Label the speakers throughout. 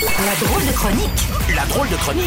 Speaker 1: La drôle de chronique.
Speaker 2: La drôle de chronique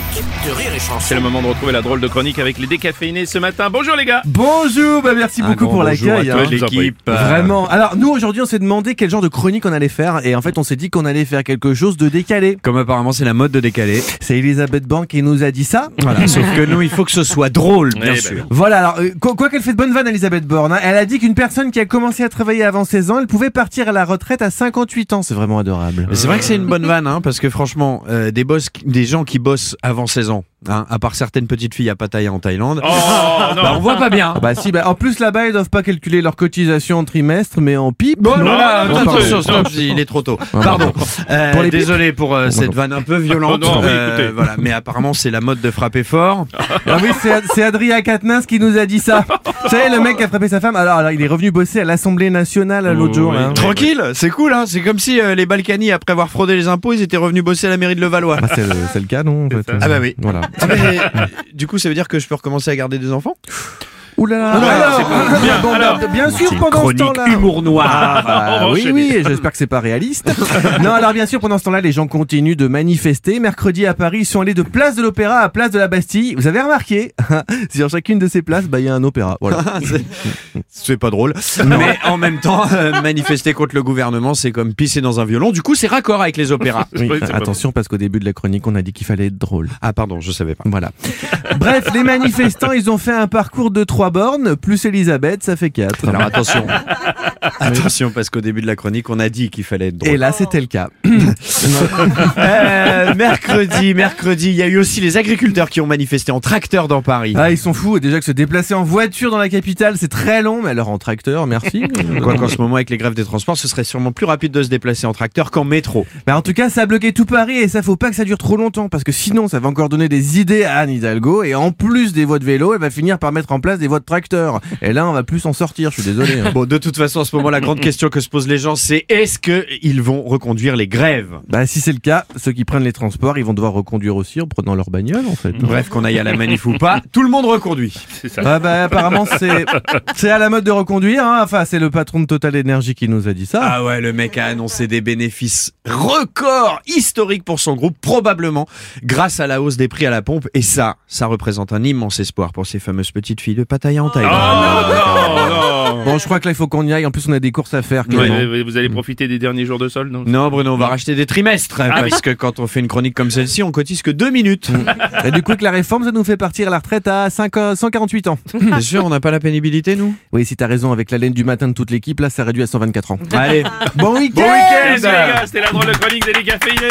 Speaker 2: de Rire et Chanson.
Speaker 3: C'est le moment de retrouver la drôle de chronique avec les décaféinés ce matin. Bonjour les gars
Speaker 4: Bonjour, bah merci beaucoup pour l'accueil. hein.
Speaker 3: l'équipe.
Speaker 4: Vraiment. Alors nous aujourd'hui on s'est demandé quel genre de chronique on allait faire et en fait on s'est dit qu'on allait faire quelque chose de décalé.
Speaker 5: Comme apparemment c'est la mode de décaler.
Speaker 4: C'est Elisabeth Bank qui nous a dit ça. Voilà.
Speaker 5: Sauf que nous, il faut que ce soit drôle,
Speaker 3: Eh
Speaker 5: bien
Speaker 3: ben.
Speaker 5: sûr.
Speaker 4: Voilà, alors euh, quoi quoi qu'elle fait de bonne vanne Elisabeth Borne, hein. elle a dit qu'une personne qui a commencé à travailler avant 16 ans, elle pouvait partir à la retraite à 58 ans, c'est vraiment adorable.
Speaker 5: Mais C'est vrai que c'est une bonne vanne, hein, parce que franchement, euh, des, boss, qui- des gens qui bossent avant 16 ans, hein, à part certaines petites filles à Pattaya en Thaïlande,
Speaker 3: Oh
Speaker 5: bah, on
Speaker 3: non
Speaker 5: voit pas bien.
Speaker 4: Ah bah si, bah, en plus là-bas ils doivent pas calculer leur cotisation en trimestre mais en pipe.
Speaker 5: Bon, non,
Speaker 3: là,
Speaker 5: non,
Speaker 3: non,
Speaker 5: non,
Speaker 3: non,
Speaker 5: stop,
Speaker 3: non,
Speaker 5: stop, je dis, il est trop tôt. Pardon. Euh,
Speaker 4: Pour les pipes.
Speaker 5: désolé pour euh, cette vanne un peu violente.
Speaker 3: Non, non, oui,
Speaker 5: euh,
Speaker 3: écoutez.
Speaker 5: voilà, mais apparemment, c'est la mode de frapper fort.
Speaker 4: Ah oui, c'est c'est Adrien Quatennens qui nous a dit ça. Vous savez, le mec qui a frappé sa femme, alors, alors, il est revenu bosser à l'Assemblée nationale euh, l'autre
Speaker 3: Oh,
Speaker 4: jour.
Speaker 3: oui.
Speaker 4: hein.
Speaker 5: Tranquille, c'est cool. Hein, c'est comme si euh, les Balkany, après avoir fraudé les impôts, ils étaient revenus bosser à la mairie de Levallois.
Speaker 4: Ah, c'est le, c'est le cas, non en fait.
Speaker 3: ça.
Speaker 5: Ah bah oui.
Speaker 4: Voilà.
Speaker 5: Ah, mais, euh, du coup, ça veut dire que je peux recommencer à garder des enfants
Speaker 4: Ouh là là.
Speaker 3: alors, Ah, c'est pas-
Speaker 4: alors,
Speaker 3: bien,
Speaker 4: bon,
Speaker 3: alors.
Speaker 4: bien sûr, pendant ce temps-là.
Speaker 5: humour noir.
Speaker 4: Ah, bah,
Speaker 3: On va
Speaker 4: oui,
Speaker 3: enchaîner.
Speaker 4: oui, et j'espère que c'est pas réaliste. non, alors bien sûr, pendant ce temps-là, les gens continuent de manifester. Mercredi à Paris, ils sont allés de place de l'Opéra à place de la Bastille. Vous avez remarqué Sur chacune de ces places, bah il y a un opéra. Voilà.
Speaker 5: C'est- c'est pas drôle. Mais en même temps, euh, manifester contre le gouvernement, c'est comme pisser dans un violon. Du coup, c'est raccord avec les opéras.
Speaker 4: Oui,
Speaker 3: Oui, c'est pas
Speaker 4: attention, parce qu'au début de la chronique, on a dit qu'il fallait être drôle.
Speaker 5: Ah pardon, je savais pas.
Speaker 4: Voilà. Bref, les manifestants, ils ont fait un parcours de trois bornes, plus Elisabeth, ça fait quatre.
Speaker 5: Alors attention. attention, parce qu'au début de la chronique, on a dit qu'il fallait être drôle.
Speaker 4: Et là, c'était le cas.
Speaker 5: Euh, mercredi, mercredi, il y a eu aussi les agriculteurs qui ont manifesté en tracteur dans Paris.
Speaker 4: Ah, ils sont fous. Et Déjà que se déplacer en voiture dans la capitale, c'est très long, mais alors en tracteur, merci.
Speaker 5: Quoi qu'en ce moment, avec les grèves des transports, ce serait sûrement plus rapide de se déplacer en tracteur qu'en métro.
Speaker 4: Bah, en tout cas, ça a bloqué tout Paris et ça faut pas que ça dure trop longtemps parce que sinon, ça va encore donner des idées à Anne Hidalgo et en plus des voies de vélo, elle va finir par mettre en place des voies de tracteur. Et là, on va plus s'en sortir, je suis désolé. hein.
Speaker 5: Bon, de toute façon, en ce moment, la grande question que se posent les gens, c'est est-ce qu'ils vont reconduire les grèves
Speaker 4: Bah, si c'est le cas, ceux qui prennent les transports, ils vont devoir reconduire aussi en prenant leur bagnole, en fait.
Speaker 5: Bref, qu'on aille à la manif ou pas, tout le monde reconduit.
Speaker 3: C'est ça.
Speaker 4: Ah bah apparemment c'est c'est à la mode de reconduire hein. enfin c'est le patron de Total Energy qui nous a dit ça.
Speaker 5: Ah ouais, le mec a annoncé des bénéfices records historiques pour son groupe, probablement grâce à la hausse des prix à la pompe. Et ça, ça représente un immense espoir pour ces fameuses petites filles de Pattaya en
Speaker 3: Oh
Speaker 5: Thaïlande.
Speaker 3: non, non
Speaker 4: Bon je crois que là il faut qu'on y aille en plus on a des courses à faire
Speaker 3: Ouais,
Speaker 4: Clément.
Speaker 3: ouais, Vous allez profiter des derniers jours de sol, non
Speaker 5: Non, Bruno, on va racheter des trimestres, hein, parce que quand on fait une chronique comme celle-ci, on cotise que deux minutes.
Speaker 4: Et du coup que la réforme ça nous fait partir à la retraite à 5 ans- 148 ans.
Speaker 5: Bien sûr, on n'a pas la pénibilité, nous
Speaker 4: Oui si t'as raison avec la laine du matin de toute l'équipe là ça réduit à 124 ans.
Speaker 5: Allez,
Speaker 4: Bon week-end
Speaker 3: Eh, Merci les gars, c'était la drôle de chronique des décaféinés